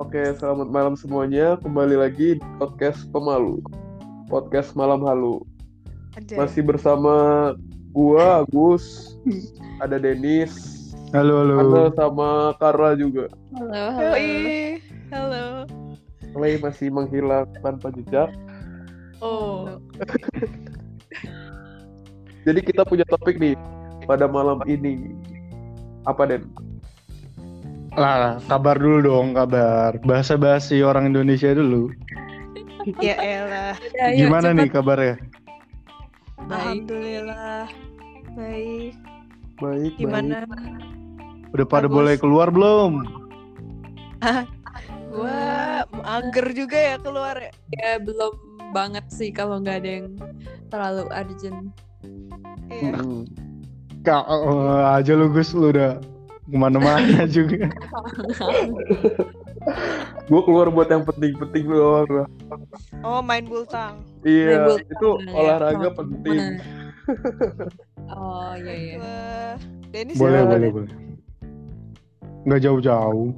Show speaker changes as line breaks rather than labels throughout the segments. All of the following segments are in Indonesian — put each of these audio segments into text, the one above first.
Oke, selamat malam semuanya. Kembali lagi di podcast Pemalu. Podcast Malam Halu.
Anjay.
Masih bersama gua Agus, ada Denis,
Halo, halo.
ada sama Karla juga.
Halo, Oh, halo.
Yoi. Halo.
Clay masih menghilang tanpa jejak.
Oh.
Jadi kita punya topik nih pada malam ini. Apa Den?
Lah, kabar dulu dong, kabar. Bahasa basi orang Indonesia dulu.
Ya elah.
Udah, yuk,
Gimana nih
cepet.
kabarnya?
Baik.
Alhamdulillah. Baik.
Baik.
Gimana?
Udah pada
Bagus.
boleh keluar belum?
Gua mager juga ya keluar ya.
Ya belum banget sih kalau nggak ada yang terlalu urgent.
Baik.
Iya.
Mm-mm.
Kak, eh, aja lu Gus, lu udah kemana-mana juga.
Gua keluar buat yang penting-penting doang. lah.
Oh, main bultang.
Iya,
Ribut.
itu
Nah,
olahraga
sama
penting.
temen. oh iya iya.
Wah. Denis
boleh,
silakan.
boleh, boleh. Nggak jauh-jauh.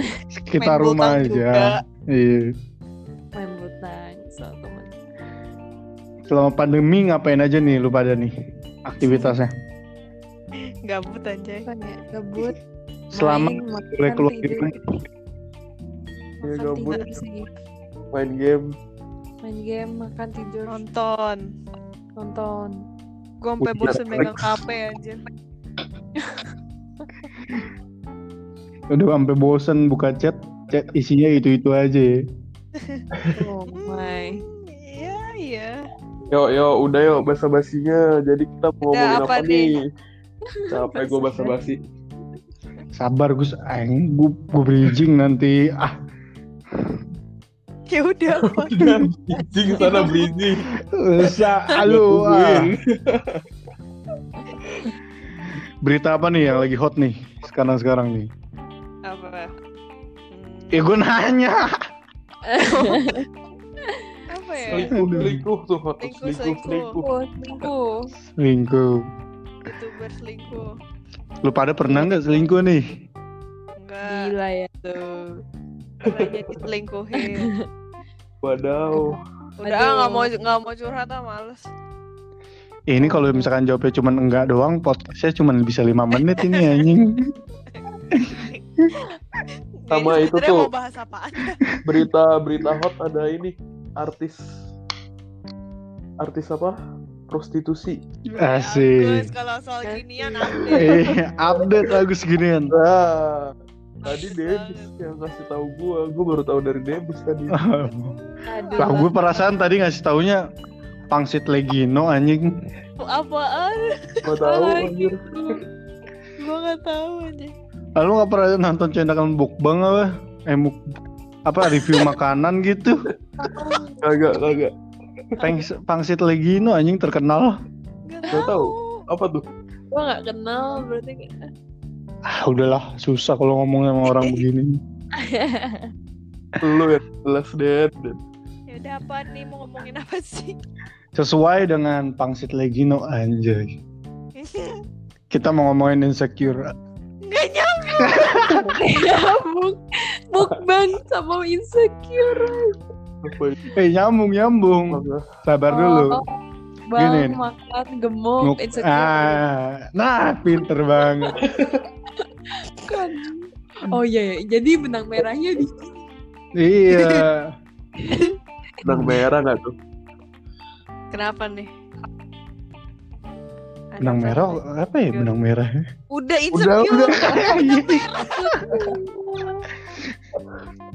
Sekitar
Main
rumah
bultang
aja.
juga.
Iya.
Main butang sama temen.
Selama pandemi ngapain aja nih lu pada nih aktivitasnya?
gabut anjay.
Tanya gabut.
Selama
main, makan,
boleh keluar di
tidur.
rumah.
Ya,
Makan,
Iya, gabut.
tidur sih.
Main game.
Main game, makan, tidur,
Nonton.
nonton.
Gua sampai
Udah,
bosen
Alex.
megang HP anjir.
Udah sampai bosen buka chat, chat isinya itu-itu aja ya.
Oh my.
Hmm, Iya, iya.
Yo yo, udah yo basa basinya. Jadi kita mau
Udah,
ngomongin apa,
apa
nih?
nih?
Capek gue basa basi.
Sabar Gus, aing gue bridging nanti. Ah,
Ya udah. gua-
Bridging sana bridging.
usah halo. ah. Berita apa nih yang lagi hot nih sekarang-sekarang nih?
Apa?
Ya
Hmm,
gue nanya.
apa ya?
Selingkuh, selingkuh tuh.
Selingkuh,
Selingkuh, selingkuh.
Oh, selingkuh.
Selingkuh.
Youtuber selingkuh.
Lu pada pernah nggak selingkuh nih?
Enggak.
Gila ya.
Tuh. Pernah jadi selingkuhin.
Wadaw.
Udah ah, nggak mau
Aduh.
nggak mau curhat ah males.
Eh, Ini kalau misalkan jawabnya cuman enggak doang, podcastnya cuman bisa lima menit ini anjing.
Sama
Jadi
itu
sebenarnya
tuh.
mau bahas apaan?
Berita berita hot ada ini artis artis apa? Prostitusi.
Bagus,
Asik.
kalau soal ginian update.
Eh, update Agus ginian. Ah.
Nah, tadi
Bagus
Debis yang ngasih tahu gua. Gua baru tahu dari Debis tadi.
Aduh.
Lah gue perasaan tadi ngasih taunya pangsit legino anjing.
banget. Apaan?
Gua tahu
Apalagi?
anjir.
Gua nggak tahu aja.
Lalu Ah, nggak pernah nonton channel mukbang apa? Eh, muk apa review makanan gitu?
Kagak, kagak.
Pangs, pangsit Legino anjing terkenal.
Gak tahu. Apa tuh?
Gue gak kenal berarti kayak-
Ah, udahlah, susah kalau ngomong sama orang begini.
Lu ya jelas Ded.
Ya udah apaan nih mau ngomongin apa sih?
Sesuai dengan pangsit Legino anjay. Kita mau ngomongin insecure.
Gak nyam.
Nyambung Mukbang sama insecure
Apa itu?
Eh, nyambung nyambung. Sabar dulu.
Oh, Bang
Gini.
makan gemuk
Nuk-
insecure
ah, nah, pinter banget.
Bukan. Oh iya, iya. jadi benang merahnya di
iya.
Benang merah gak tuh?
Kenapa nih? Ada
Benang
apa
merah
nih?
apa ya Iya. benang merah?
Udah
Udah,
insecure.
udah.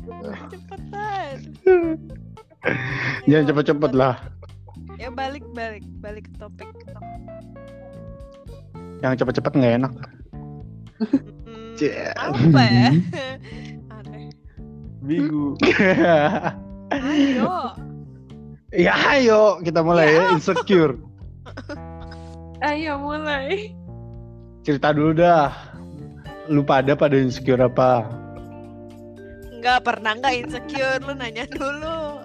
Cepetan.
Jangan cepet-cepet lah.
Ya balik balik balik ke topik.
Yang cepet-cepet nggak enak.
Hmm,
Cie.
apa ya? Aneh.
Minggu.
Ayo.
Ya ayo kita mulai ya, insecure.
Ayo mulai
Cerita dulu dah. Lu pada pada insecure apa?
Enggak pernah enggak insecure lu nanya dulu.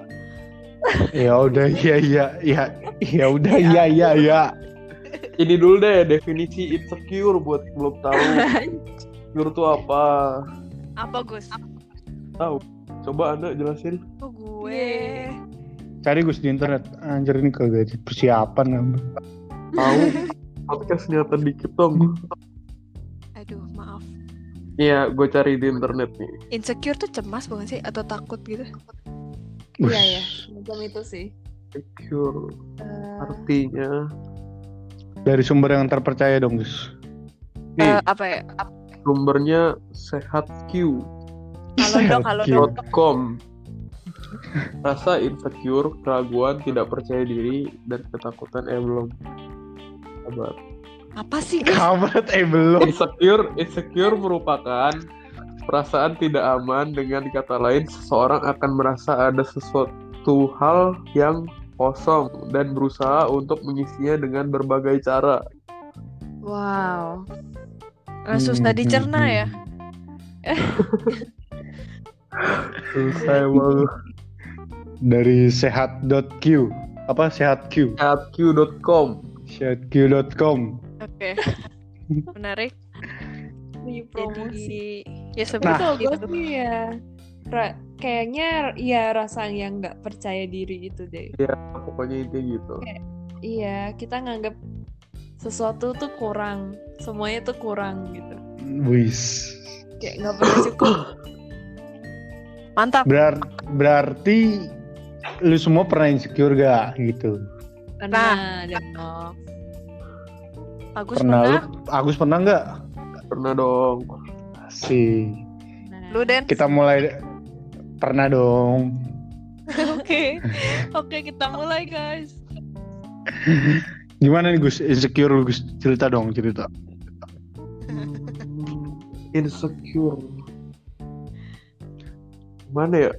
Ya udah iya iya iya. Ya udah iya iya iya.
Ini dulu deh definisi insecure buat yang belum tahu. Insecure tuh apa?
Apa Gus?
Coba Anda jelasin.
Apa gue?
Iya.
Cari Gus di internet. Anjir ini kagak ada persiapan. emang.
Tahu podcastnya tadi dong.
Aduh, maaf.
Iya, gue cari di internet nih.
Insecure tuh cemas bukan sih atau takut gitu?
Iya ya, macam itu sih.
Secure
Eh,
artinya
Dari sumber yang terpercaya dong Gus. Iya.
nih
Eh, apa ya?
sumbernya sehatq.com.
Kalau dong, kalau
Iya.
dong.
Rasa insecure, keraguan, tidak percaya diri, dan ketakutan yang belum sabar.
Apa sih Gus?
Kabar eh belum.
Insecure, insecure merupakan perasaan tidak aman dengan kata lain seseorang akan merasa ada sesuatu hal yang kosong dan berusaha untuk mengisinya dengan berbagai cara.
Wow. Eh, Susah
Hmm.
dicerna ya.
Selesai banget.
Dari sehat.q. Apa sehatq?
Sehatq.com.
Sehatq.com.
Oke. Menarik.
di promosi.
Jadi ya
Nah,
seperti
itu
itu.
gue ya. Ra- kayaknya ya rasa yang nggak percaya diri itu deh.
Ya, Pokoknya intinya gitu.
Iya, kita nganggap sesuatu tuh kurang, semuanya tuh kurang gitu.
Wis.
Kayak nggak pernah cukup.
Nah. Mantap.
Berar- berarti lu semua pernah insecure gak gitu?
Pernah dong.
Agus
Pernah, lu?
pernah.
Agus pernah nggak?
Pernah dong.
Si
Nah,
Lu Den.
kita mulai pernah dong.
Oke. Oke, kita mulai guys.
Gimana nih Gus insecure lu Gus cerita dong cerita.
Hmm, insecure. Mana ya?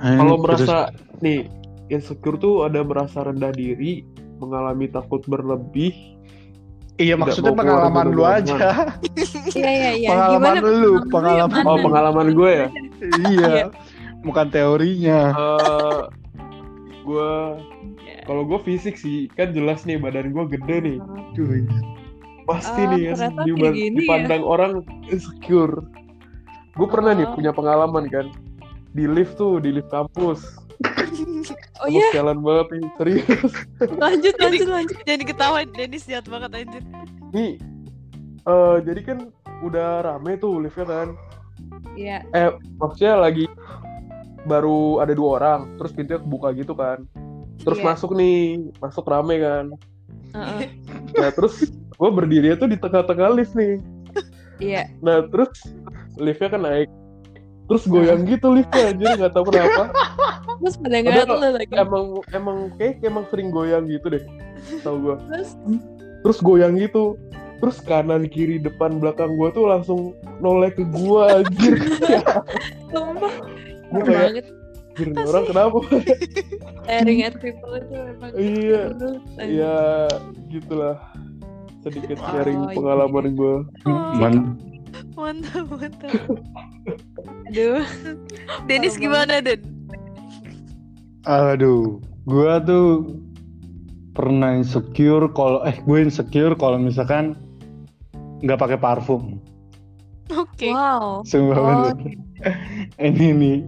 Kalau merasa nih insecure tuh ada merasa rendah diri, mengalami takut berlebih,
iya
tidak
maksudnya
mau keluar
pengalaman
dari
lu
ruangan.
aja.
Iya, iya, iya.
pengalaman
Gimana
lu,
pengalaman lu
pengalaman.
yang
Oh
Mana?
pengalaman gue ya.
iya. Bukan teorinya.
Eh, gue
Iya.
kalau gue fisik sih kan jelas nih badan gue gede nih
Cuy.
pasti
Oh,
nih ya,
ternyata
di-
kayak gini
dipandang orang insecure gue pernah nih
Oh.
punya pengalaman kan di lift tuh di lift kampus
Oh
Kampus
iya,
jalan banget nih serius
lanjut, lanjut, lanjut.
Jadi ketawa Dennis jahat banget anjir.
nih eh, jadi kan udah rame tuh liftnya kan
Iya.
maksudnya lagi baru ada dua orang terus pintunya kebuka gitu kan terus
Iya.
masuk nih masuk rame kan
heeh.
Nah terus gue berdiri tuh di tengah-tengah lift nih.
Iya.
Nah terus liftnya kan naik. Terus goyang gitu liftnya anjir nggak tahu kenapa.
Terus pada ngeliat
Padahal-
lu lagi.
Emang emang kayak emang sering goyang gitu deh. Tahu gue.
Terus
Terus goyang gitu. Terus kanan kiri depan belakang gue tuh langsung noleh ke gue anjir.
sumpah
Gue
parah
kayak
banget
anjir ini orang kenapa?
staring at people itu emang
Iya.
terus, anjir.
Iya gitulah sedikit
Oh,
sharing
iya.
pengalaman gue.
Man-
Mantap, mantap.
Aduh.
Dennis
Parah
gimana, Den?
aduh, gua tuh pernah insecure kalau eh gue insecure kalau misalkan nggak pakai parfum.
Oke.
Wow.
Sumpah
Oh.
bener. ini nih.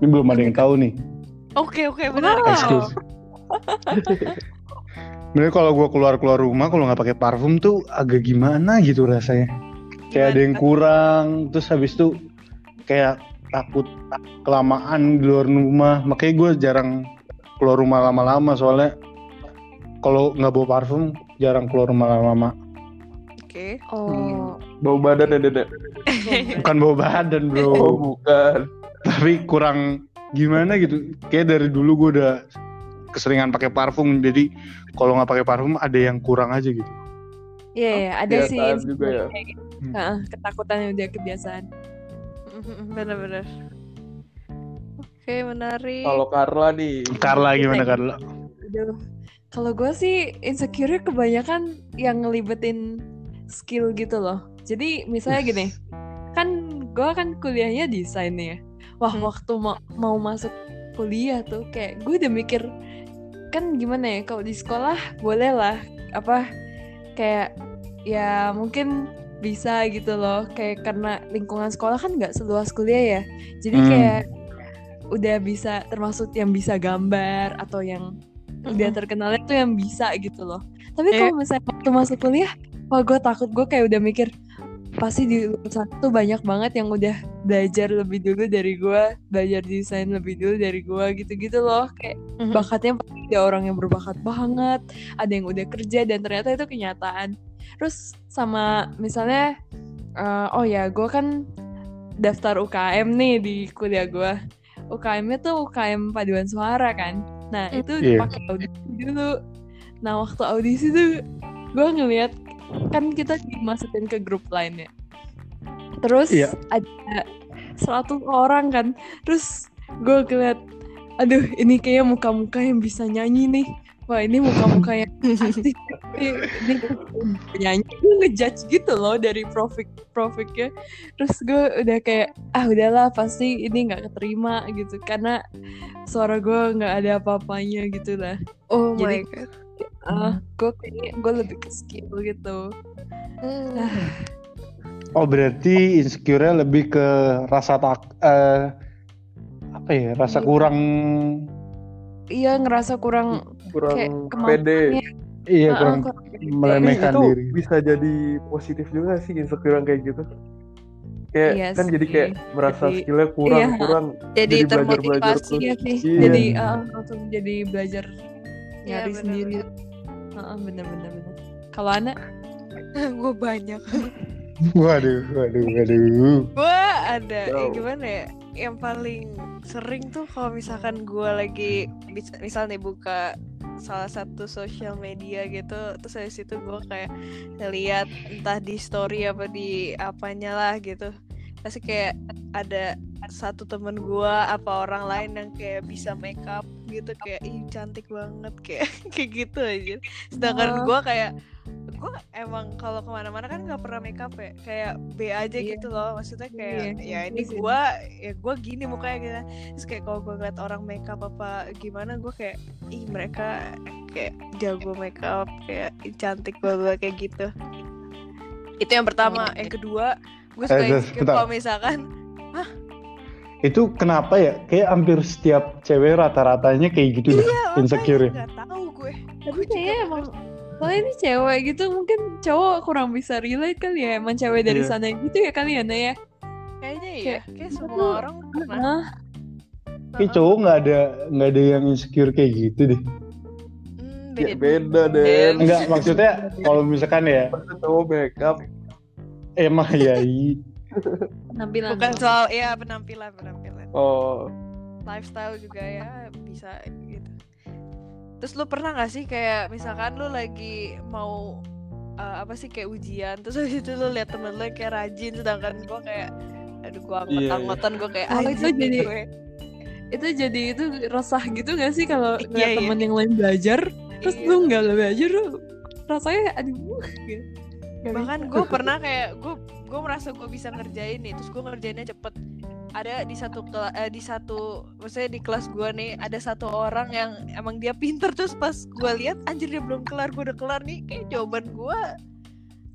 Ini belum ada yang tahu nih.
Oke, oke, benar.
Wow.
Eksklusif. Bener kalau gue keluar-keluar rumah kalau nggak pakai parfum tuh agak gimana gitu rasanya. Kayak ada yang kurang, terus habis itu kayak takut kelamaan di luar rumah. Makanya gue jarang keluar rumah lama-lama soalnya kalau nggak bawa parfum jarang keluar rumah lama-lama.
Oke.
Hmm.
Oh. Iya,
Bau badan ya Dedek?
Bukan bawa badan bro.
Oh bukan.
tapi kurang gimana gitu kayak dari dulu gue udah keseringan pakai parfum jadi kalau nggak pakai parfum ada yang kurang aja gitu
Iya, iya, ada sih
Kebiasaan
insecure
juga ya.
kayak gitu.
Hmm.
Heeh, ketakutan yang udah kebiasaan.
Benar-benar. Oke, menarik.
Kalau Carla nih.
Carla gimana Carla
Aduh. Kalau gue sih insecure kebanyakan yang ngelibetin skill gitu loh. Jadi misalnya gini, kan gue kan kuliahnya desain nih ya. Wah
Hmm.
waktu ma- mau masuk kuliah tuh kayak gue udah mikir kan gimana ya kalau di sekolah boleh lah apa kayak ya mungkin bisa gitu loh kayak karena lingkungan sekolah kan nggak seluas kuliah ya jadi
Hmm.
kayak udah bisa termasuk yang bisa gambar atau yang udah
Mm-mm.
terkenalnya tuh yang bisa gitu loh tapi
Iya.
kalau misalnya waktu masuk kuliah wah gue takut gue kayak udah mikir pasti di luar sana tuh banyak banget yang udah belajar lebih dulu dari gue belajar desain lebih dulu dari gue gitu-gitu loh kayak
Mhm.
bakatnya pasti ada orang yang berbakat banget, ada yang udah kerja dan ternyata itu kenyataan. Terus sama misalnya, eh, oh ya gue kan daftar UKM nih di kuliah gue. UKM-nya tuh UKM paduan suara kan. Nah
Mm.
itu
Iya.
pakai audisi dulu. Nah waktu audisi tuh gue ngeliat kan kita dimasukin ke grup lainnya. Terus
Iya.
ada 100 orang kan. Terus gue ngeliat aduh ini kayaknya muka-muka yang bisa nyanyi nih wah ini muka-muka yang asik ini, ini penyanyi gue ngejudge gitu loh dari profik profiknya terus gue udah kayak ah udahlah pasti ini nggak keterima gitu karena suara gue nggak ada apa-apanya gitu lah
Oh
Jadi,
my god.
ah gue kayaknya gue lebih ke skill gitu
Hmm.
Oh berarti insecure-nya lebih ke rasa tak eh, apa ya rasa
Iya.
kurang
iya ngerasa kurang Kayak
kurang
kemampuannya.
pede
iya
ah,
kurang
kurang-
melemehkan
itu
diri.
bisa jadi positif juga sih insecure yang kayak gitu kayak
Iya
kan jadi
sih.
kayak merasa
Jadi-
skillnya kurang
iya.
kurang
Jadi,
Jadi belajar-belajar
termotivasi
terus.
ya Vi.
Iya.
jadi ah, langsung jadi belajar
Iya,
nyari
bener-bener.
sendiri Ah, ah, bener-bener bener. kalau anak
gue banyak.
Waduh, waduh, waduh.
Gue ada ya
Jauh.
gimana ya? Yang paling sering tuh kalau misalkan gue lagi mis- misal nih buka salah satu sosial media gitu terus dari situ gue kayak lihat entah di story apa di apanya lah gitu terus kayak ada satu temen gue apa orang lain yang kayak bisa make up gitu kayak ih cantik banget kayak kayak gitu aja sedangkan
Wah.
gue kayak gue emang kalau kemana-mana kan nggak pernah make up ya kayak B aja
Iya.
gitu loh maksudnya kayak ya
Iya,
ini
iya sih.
gue ya gue gini mukanya gitu terus kayak kalau gue ngeliat orang make up apa gimana gue kayak ih mereka kayak jago make up kayak ih, cantik banget kayak gitu itu yang pertama
Iya,
yang kedua gue suka
Eh, Des,
insecure
bentar.
kalau misalkan
Itu kenapa ya? Kayak hampir setiap cewek rata-ratanya kayak gitu deh.
iya
insecure ya?
nggak tahu gue
tapi kayaknya emang soalnya ini cewek gitu mungkin cowok kurang bisa relate kali ya emang cewek dari
Iya.
sana gitu ya kali ya Naya
kayaknya ya
Kayak,
kayak semua
aduh,
orang pernah
nah
Kayak cowok nggak ada nggak ada yang insecure kayak gitu deh.
Hmm,
ya
Iya,
beda
beda Den
Iya.
Enggak, maksudnya kalau misalkan ya
Masa cowok makeup
emang ya i-
penampilan
bukan soal ya penampilan penampilan
oh
lifestyle juga ya bisa gitu terus lu pernah gak sih kayak misalkan lu lagi mau uh, apa sih kayak ujian terus habis itu lu lihat temen lu yang kayak rajin sedangkan gua kayak aduh gua
Iya, iya.
anggot-anggotan gua kayak
Kalau itu
anjing nih
jadi-
gue.
itu jadi itu resah gitu gak sih kalau
Iya,
ngeliat
iya.
temen yang lain belajar terus
Iya.
lu nggak belajar lu rasanya aduh gitu. Nggak
bahkan
bisa.
gue pernah kayak gue gue merasa gue bisa ngerjain nih terus gue ngerjainnya cepet ada di satu kela- eh, di satu maksudnya di kelas gue nih ada satu orang yang emang dia pinter terus pas gue lihat anjir dia belum kelar gue udah kelar nih kayak jawaban gue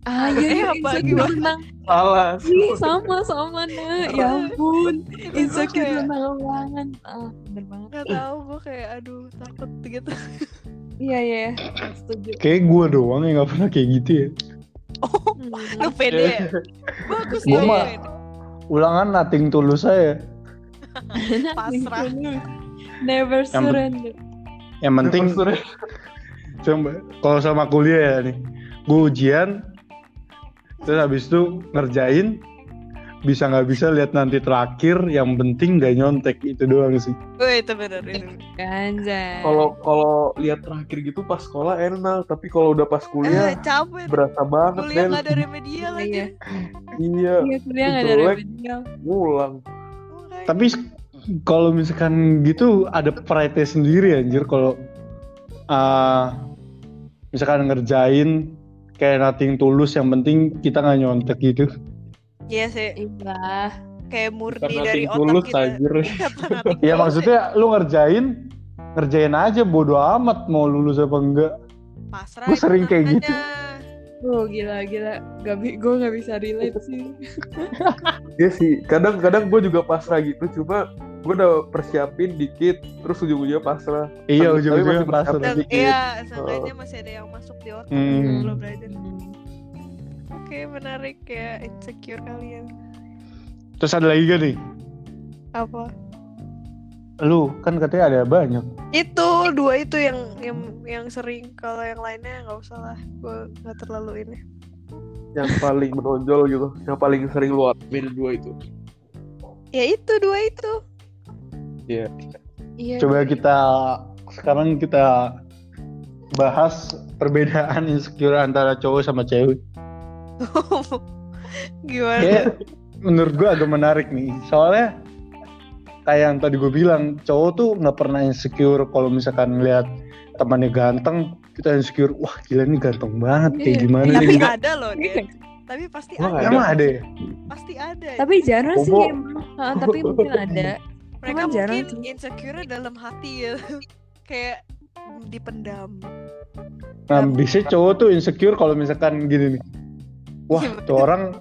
ah iya
Eh,
iya
apa
insecure
gimana?
tentang
salah
Iya,
Ih, sama sama nah ya ampun insecure
kayak-
tentang ruangan ah bener banget
nggak tahu gue kayak aduh takut gitu
iya iya setuju
kayak gue doang yang nggak pernah kayak gitu ya.
oh
Hmm.
lu pede ya? bagus
Iya. Gua
ya
mah Ulangan nating tulus saya.
Pasrah.
Tulus. Never
Yang pen-
surrender.
Yang penting
Profesornya
coba kalau sama kuliah ya nih, gue ujian terus habis itu ngerjain bisa nggak bisa lihat nanti terakhir yang penting gak nyontek itu doang sih
Wih, itu bener itu
Eh,
Ganjay.
kalau kalau lihat terakhir gitu pas sekolah enak tapi kalau udah pas
eh,
kuliah
capek
berasa banget
kuliah
Den
nggak ada ya remedial aja
Iya.
iya
Iya, kuliah nggak ada
jelek.
remedial.
Iya.
ngulang
Makanya.
tapi kalau misalkan gitu ada pride sendiri anjir kalau ah, misalkan ngerjain kayak nothing tulus yang penting kita nggak nyontek gitu
iya sih
Iya.
kayak murni
karena
dari
ting
otak
tulus
kita
anjir
Kapan nothing
ya
tulus
maksudnya lu ngerjain ngerjain aja bodo amat mau lulus apa enggak
pasrah kan. Iya,
Gua
itu
sering kayak
namanya.
gitu.
Oh gila gila, gak bi- gue gak bisa relate sih.
Iya sih, kadang-kadang gue juga pasrah gitu, cuma gue udah persiapin dikit, terus ujung-ujungnya pasrah.
Iya
Tapi
ujung-ujungnya
masih
pasrah
bersabar.
Dan,
sedikit.
iya, seenggaknya masih ada yang masuk di otak gitu
Hmm.
yang belum belajar. Oke, menarik ya insecure kalian.
Terus ada lagi gak nih?
Apa?
Lu kan katanya ada banyak.
Itu dua itu yang yang yang sering kalau yang lainnya nggak usah lah. Gue nggak terlalu ini.
Yang paling menonjol gitu, yang paling sering luar beda dua itu.
Ya itu dua itu.
Iya.
Coba kita sekarang kita bahas perbedaan insecure antara cowok sama cewek.
Gimana?
Kayak menurut gue agak menarik nih. Soalnya kayak yang tadi gue bilang, cowok tuh nggak pernah insecure kalau misalkan ngeliat temannya ganteng, kita insecure, wah gila ini ganteng banget, kayak
Iya.
gimana
Tapi
nih?
ada loh, Den. Tapi pasti
Wah,
ada.
Emang ada ya?
Pasti ada.
Tapi jarang sih
Bobo.
emang. Ah, tapi mungkin ada.
mereka
Cuman jarang
mungkin insecure dalam hati ya kayak dipendam
Nah, biasanya cowok tuh insecure kalau misalkan gini nih. Wah, tuh orang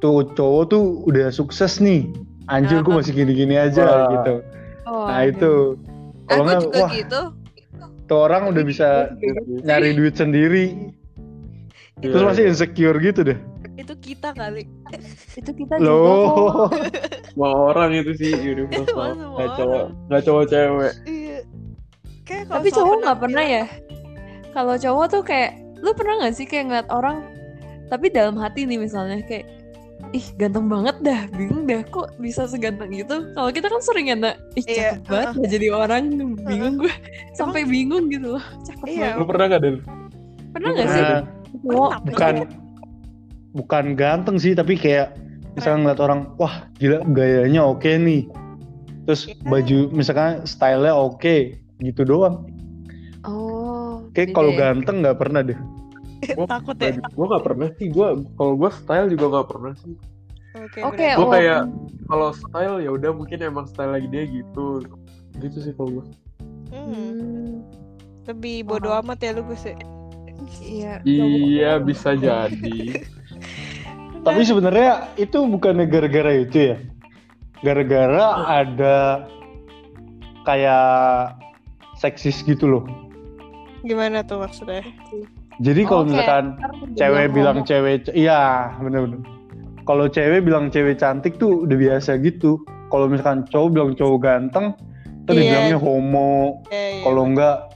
tuh cowok tuh udah sukses nih. Anjir, gue masih gini-gini aja
Wah.
gitu.
Oh,
Nah,
ada.
itu. Kalau
aku
nggak,
juga
wah,
gitu
tuh orang udah bisa nyari duit sendiri. Terus
Iya,
masih
iya.
insecure gitu deh.
itu kita kali
Itu kita juga kok.
Loh.
Semua orang itu sih iya, universal.
Emang semua
Gak cowok,
orang.
gak cowok cewek.
iya kayak kalau
Tapi
soal
cowok nggak
penampilan-
pernah ya. Kalau cowok tuh kayak, lu pernah nggak sih kayak ngeliat orang, tapi dalam hati nih misalnya kayak, ih ganteng banget dah, bingung dah kok bisa seganteng itu. Kalau kita kan sering ya, Nak? ih
Iya,
cakep banget dah jadi orang, bingung gue, sampai bingung gitu loh, cakep
Iya.
Lu pernah gak, Den?
banget. Pernah
Lu
nggak sih
Nah,
cowok?
Pernah,
bukan bukan ganteng sih, tapi kayak misalkan ngeliat orang, wah gila gayanya oke nih. Terus
Iya.
baju misalkan stylenya oke gitu doang.
Oh,
Kayak
beda
kalau
ya.
ganteng nggak pernah deh.
takut ya
Gue gak pernah sih, gue kalau gue style juga gak pernah sih.
oke
Oke,
bener.
Gue
oh.
kayak kalau style ya udah mungkin emang style lagi dia gitu. Gitu sih kalau gue.
Hmm,
Hmm,
lebih bodoh amat ya lu gue sih
iya.
Iya bisa jadi.
Tapi sebenarnya itu bukan gara-gara itu ya. Gara-gara ada kayak seksis gitu loh.
gimana tuh maksudnya
Jadi kalau
Oke.
misalkan
Ntar dia
cewek bilang
homo.
cewek, iya bener-bener. Kalau cewek bilang cewek cantik tuh udah biasa gitu. Kalau misalkan cowok bilang cowok ganteng,
Iya.
terus dibilangnya homo.
Eh,
Kalau enggak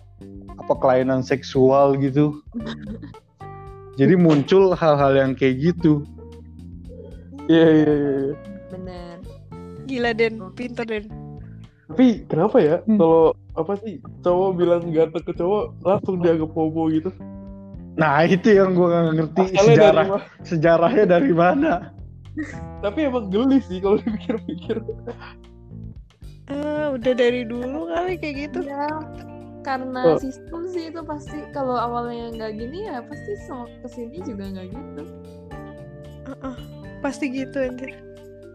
apa kelainan seksual gitu. Jadi muncul hal-hal yang kayak gitu.
Iya iya iya.
bener.
gila den pinter den
Tapi kenapa ya
Hmm.
kalau apa sih cowok bilang ganteng ke cowok langsung dianggap homo gitu?
Nah itu yang gue nggak ngerti
Asalnya dari
sejarah
mana?
sejarahnya dari mana.
Tapi emang geli sih kalau dipikir-pikir.
Ah, udah dari dulu kali kayak gitu
Ya,
Oh.
karena sistem sih itu pasti kalau awalnya nggak gini ya pasti sama kesini juga nggak gitu.
Heeh. pasti gitu anjir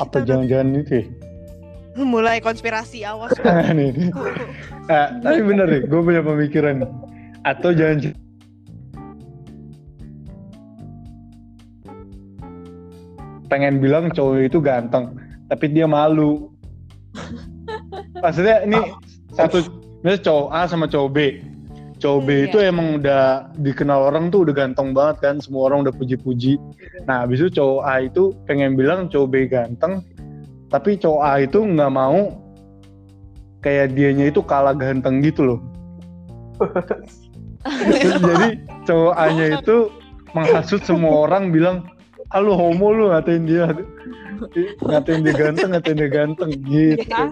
Apa
Kita
jangan-jangan itu ya?
mulai konspirasi awas
Nah, Nih, nih. Eh, tapi bener nih, gue punya pemikiran. Atau jangan pengen bilang cowok itu ganteng, tapi dia malu. Maksudnya ini satu, misalnya cowok A sama cowok B. Cowok B
Hmm,
itu emang udah dikenal orang tuh udah ganteng banget kan, semua orang udah puji-puji. Nah, habis itu cowok A itu pengen bilang cowok B ganteng, tapi cowok A itu nggak mau kayak dianya itu kalah ganteng gitu loh. Terus jadi cowok A-nya itu menghasut semua orang bilang, ah lu homo lu ngatain dia. Ngatain dia ganteng, ngatain dia ganteng gitu.
Ya.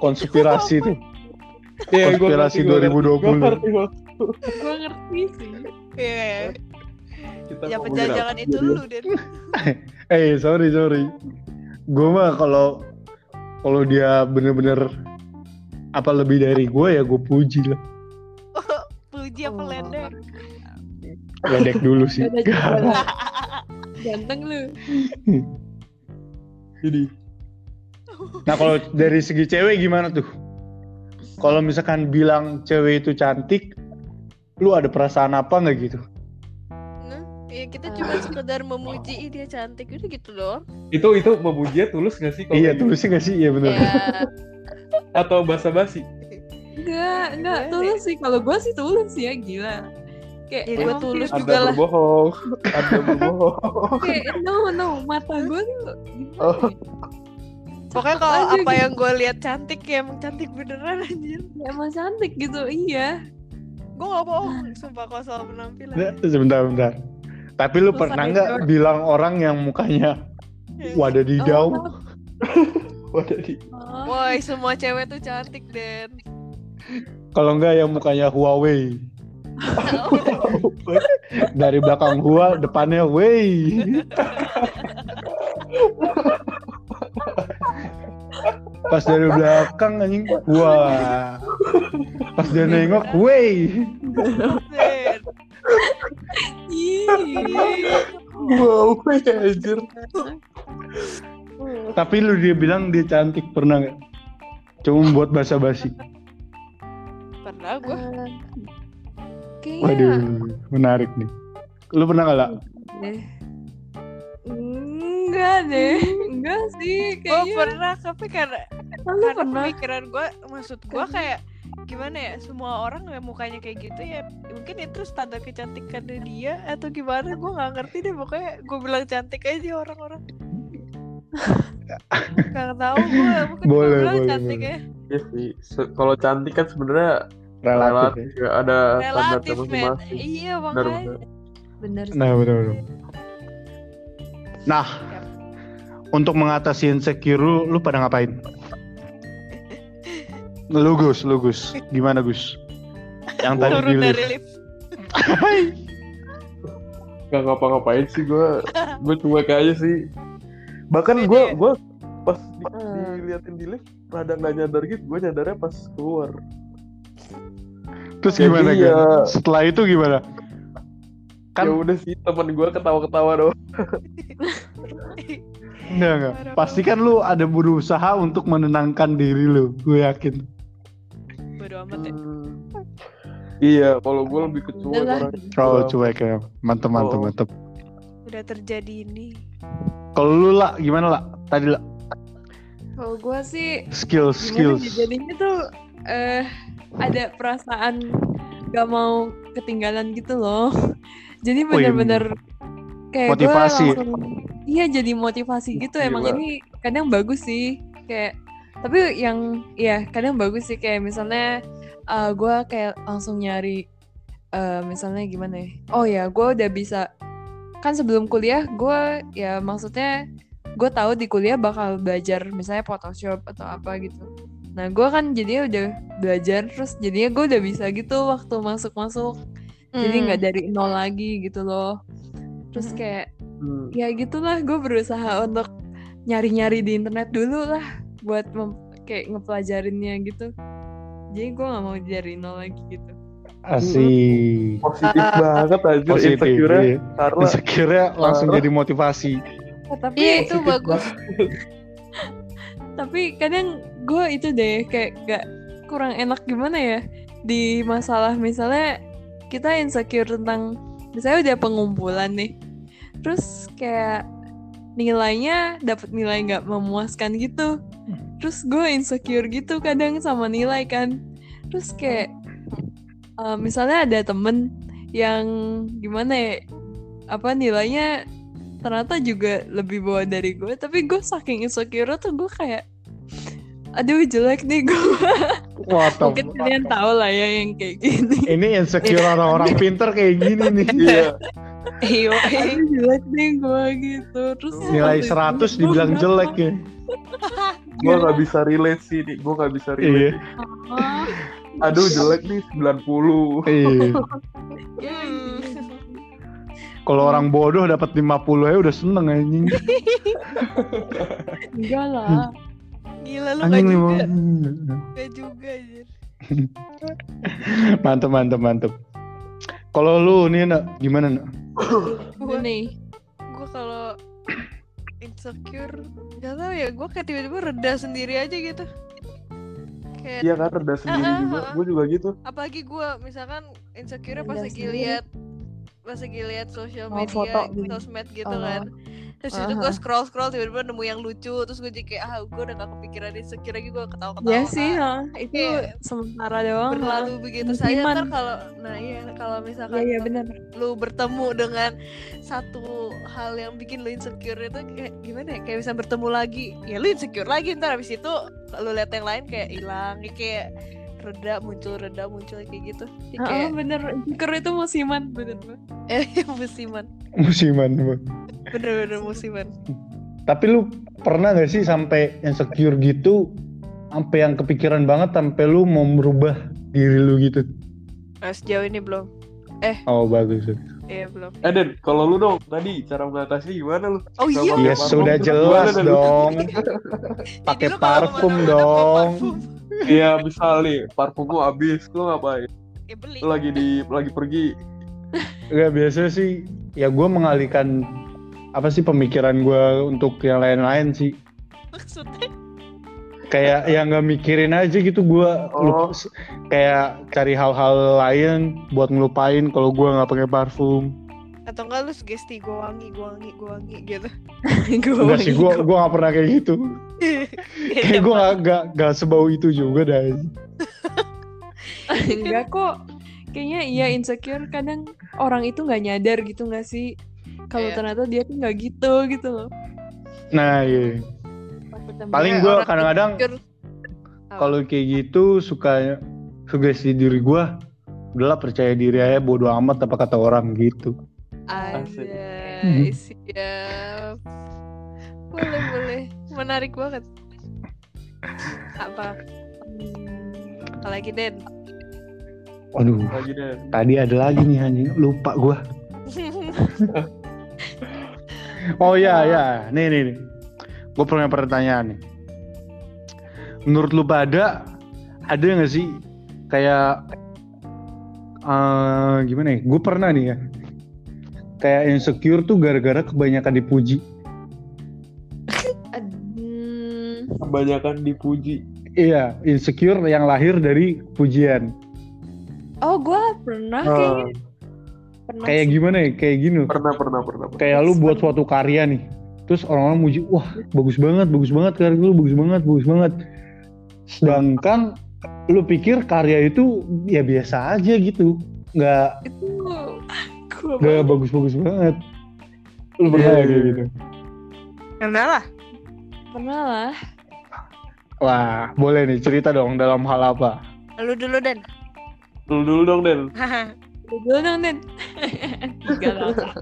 Konspirasi itu.
Iya, gua
Konspirasi
ngerti, gua ngerti.
2020.
Gua ngerti, gua.
Gue ngerti sih.
Iya,
Kita
ya
ngomongin
penjajakan
apa
itu
jadi?
lu Den.
Eh sorry sorry, gue mah kalau kalau dia bener-bener apa lebih dari gue ya gue puji lah.
Puji apa
Oh.
lendek?
Ledek dulu sih.
Beda juga lah. Ganteng lu.
Jadi
Nah kalau dari segi cewek gimana tuh? Kalau misalkan bilang cewek itu cantik, lu ada perasaan apa nggak gitu?
ya kita cuma sekedar memuji "Ih, dia cantik udah gitu doang
Itu itu memuji ya, tulus nggak sih? kalau
iya
kayak gitu?
tulisnya gak sih iya benar
ya
Atau basa-basi?
Enggak, enggak
Gimana
tulus sih. Kalau gue sih tulus ya, gila. Kayak
Ya, gua
emang
tulus
kayak-
Ada
juga lah.
berbohong, ada berbohong.
Kayak no no mata gue tuh. gimana
Oh.
ya?
pokoknya kalau
Aja
apa
gitu.
yang gue lihat cantik ya emang cantik beneran anjir
Ya, emang cantik gitu, iya.
gue gak bohong sumpah kalau soal penampilan
Nah, sebentar bentar tapi lu
Terus
pernah
ada
nggak
Jordan.
bilang orang yang mukanya
Ya.
wadah di daun
Oh,
Wadah di-
oh.
woi semua cewek tuh cantik Den
kalau nggak yang mukanya Huawei dari belakang gua depannya Wei pas dari belakang anjing wah pas dia nengok Wei
Den
iya. Ih.
Wow, anjir.
tapi lu dia bilang dia cantik pernah nggak cuma buat basa-basi
pernah gue
Eh, Kayaknya
waduh menarik nih lu pernah nggak lah
deh. Enggak deh. Enggak sih
gue
kayaknya.
pernah tapi karena
Oh, lu
karena
Oh, pernah?
pemikiran gue maksud gue kayak gimana ya semua orang yang mukanya kayak gitu ya mungkin itu standar kecantikan dia atau gimana gue nggak ngerti deh pokoknya gue bilang cantik aja orang-orang nggak tahu gue mungkin gua
Boleh,
bilang
boleh,
cantik ya
boleh.
Iya sih. Se- Kalau cantik kan sebenarnya
relatif
relatif
ya.
ya. Ada standarnya
relatif men
masing-masing.
iya
Benar,
makanya
benar.
Bener sih.
nah betul betul nah untuk mengatasi insecure lu, lu pada ngapain lu Gus lu Gus gimana Gus yang tadi
turun
di lift.
dari lift
Gak ngapa-ngapain sih gue. Gue cuek aja sih. Bahkan gue gue pas di-
Hmm.
diliatin di lift rada nggak nyadar gitu. Gue nyadarnya pas keluar.
Terus
Jadi
gimana Gan?
ya-
Setelah itu gimana?
Ya
Kan-
udah sih teman gue ketawa-ketawa doang.
Enggak enggak.
Parah
Pasti kan lu ada berusaha untuk menenangkan diri lu. Gue yakin.
bodo amat ya
Hmm. Iya, kalau gue lebih ke cuek
Bener kan? lah.
orang.
Oh,
Wow.
cuek ya. Mantep mantep
Oh.
mantep.
udah terjadi ini
Kalau lu lah gimana lah? Tadi lah
Kalau gue sih
skill
gimana
skills.
ya, jadinya tuh eh ada perasaan gak mau ketinggalan gitu loh jadi
Oh, iya,
bener-bener kayak gue
Motivasi.
langsung iya jadi motivasi gitu emang
Gila.
ini kadang bagus sih kayak tapi yang ya kadang bagus sih kayak misalnya eh gue kayak langsung nyari eh misalnya gimana ya oh ya gue udah bisa kan sebelum kuliah gue ya maksudnya gue tahu di kuliah bakal belajar misalnya Photoshop atau apa gitu nah gue kan jadinya udah belajar terus jadinya gue udah bisa gitu waktu masuk masuk
Hmm.
jadi nggak dari nol lagi gitu loh terus
Mm-mm.
kayak
Hmm.
ya gitulah gue berusaha untuk nyari-nyari di internet dulu lah buat mem- kayak ngepelajarinnya gitu jadi gue nggak mau dari nol lagi gitu
Asik.
Positif banget aja
Positif.
insecure-nya
iya.
karena
Insecure-nya langsung
Parah.
jadi motivasi.
Oh, tapi
iya itu bagus
tapi kadang gue itu deh kayak gak kurang enak gimana ya di masalah misalnya kita insecure tentang misalnya udah pengumpulan nih terus kayak nilainya dapat nilai nggak memuaskan gitu terus gue insecure gitu kadang sama nilai kan terus kayak eh, misalnya ada temen yang gimana ya apa nilainya ternyata juga lebih bawah dari gue tapi gue saking insecure tuh gue kayak aduh jelek nih gue
What the
mungkin kalian tahu lah ya yang kayak gini
Ini insecure orang-orang pinter kayak gini nih.
iya.
iyo
aduh jelek nih gue gitu terus
Nilai
sampai
100
segitu
dibilang
berapa?
jelek ya.
gue nggak bisa relate sih nih gue nggak bisa
Iya.
relate
Ah,
aduh jelek nih 90
Iya.
Hmm.
Kalau orang bodoh dapat 50 ya udah seneng anjing.
enggak lah
Hmm.
gila lu gak
Anjing
juga
lima.
gak juga anjir
Mantep mantep mantep. Kalau lu nih nak gimana nak?
gue nih
gue kalau insecure gak tau ya gue kayak tiba-tiba reda sendiri aja gitu kayak
iya kan reda sendiri
Ah, ah,
juga
ah.
gue juga gitu
apalagi gue misalkan insecure pas
Reda
lagi
sendiri.
lihat pas lagi lihat sosial
Oh,
media,
foto gitu.
sosmed gitu
Oh.
kan.
Uh-huh.
Terus itu gue
Aha.
scroll scroll tiba-tiba nemu yang lucu, terus gue jadi kayak ah gue udah gak kepikiran insecure lagi gue ketawa-ketawa.
Ya sih, ha. itu
Iya.
sementara doang. ha.
berlalu begitu saja
musiman.
ntar kalau nah iya kalau
Iya,
misalkan
iya benar.
lu bertemu dengan satu hal yang bikin lu insecure itu kayak gimana ya kayak bisa bertemu lagi ya lu insecure lagi ntar habis itu lu lihat yang lain kayak hilang ya kayak reda muncul reda muncul kayak gitu Jadi
Ha,
kayak
Ah, bener. Insecure itu musiman, bener.
eh musiman
musiman Bu.
bener-bener musiman
tapi lu pernah gak sih sampai insecure gitu sampai yang kepikiran banget sampai lu mau merubah diri lu gitu
Eh, sejauh ini belum
oh bagus
iya belum
Eh Den, kalau lu dong tadi cara mengatasi gimana lu?
oh
Coba Pakai
iya
ya
parfum
sudah
tuh
jelas
gimana, Dan?
dong pakai
Jadi lu kalau
parfum
kemana-mana pakai
dong
parfum.
Iya misal nih parfum lu habis, lu ngapain?
ya beli
Lu lagi di lagi pergi.
Gak biasa sih. Ya gue mengalihkan apa sih pemikiran gue untuk yang lain-lain sih.
maksudnya
Kayak yang nggak mikirin aja gitu gue.
Oh.
Kayak cari hal-hal lain buat ngelupain kalau gue nggak pakai parfum.
atau enggak lu sugesti gue wangi gue wangi gue wangi gitu
Enggak
iya.
sih gue gue nggak pernah kayak gitu. Kayak gue nggak nggak nggak sebau itu juga dah.
Enggak kok. Kayaknya iya insecure kadang orang itu nggak nyadar gitu nggak sih? Kalau
Iya.
ternyata dia tuh nggak gitu gitu loh.
Nah iya.
Pas ketemu
Paling
Iya,
gue
orang
kadang-kadang
insecure. Apa?
kalau kayak gitu suka sugesti diri gue. Udahlah percaya diri aja bodo amat apa kata orang gitu.
Asik.
Anjay, Iya. siap. Boleh, boleh. Menarik banget. Apa? Hmm, Apalagi Den.
Waduh.
Lagi Den.
Tadi ada lagi nih anjing, lupa gua. Oh iya iya, nih nih. nih. Gue punya pertanyaan nih. Menurut lu pada ada nggak sih kayak eh gimana ya? Gue pernah nih ya. Kayak insecure tuh gara-gara kebanyakan dipuji.
Hmm,
Kebanyakan dipuji.
Iya, insecure yang lahir dari pujian.
Oh, gue pernah kayaknya
Eh,
pernah
Kayak
sih.
gini, kayak gini.
pernah pernah pernah. pernah.
Kayak lu buat suatu karya nih. Terus orang-orang muji, wah bagus banget, bagus banget karya lu, bagus banget, bagus banget. Sedangkan lu pikir karya itu ya biasa aja gitu. Nggak,
itu gua
nggak bagus-bagus banget. Lu pernah
Iya,
nggak kayak
iya.
gitu?
Kenal lah.
pernah lah.
Wah, boleh nih cerita dong dalam hal apa?
Lu dulu Den.
Lu dulu dong Den.
Dulu dong, Den. Tiga lah.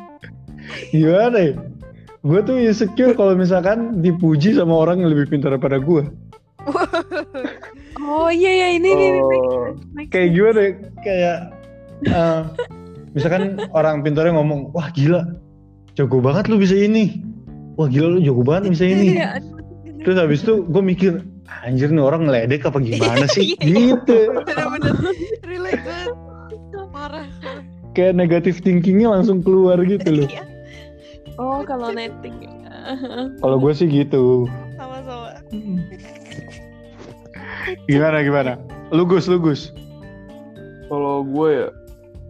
Gimana ya? Gue tuh insecure kalau misalkan dipuji sama orang yang lebih pintar daripada gue.
Oh iya iya ini ini. ini.
Oh,
Next,
kayak
next.
gimana ya? kayak eh, misalkan orang pintarnya ngomong wah gila jago banget lu bisa ini wah gila lu jago banget bisa ini
Iya, aduh, aduh.
terus habis itu gue mikir anjir nih orang ngeledek apa gimana sih gitu
Bener-bener. Relate banget. Parah.
kayak negatif thinkingnya langsung keluar gitu loh
Iya,
Oh kalau netting. ya.
kalau gue sih gitu
sama-sama.
gimana gimana lugus lugus
kalau gue ya,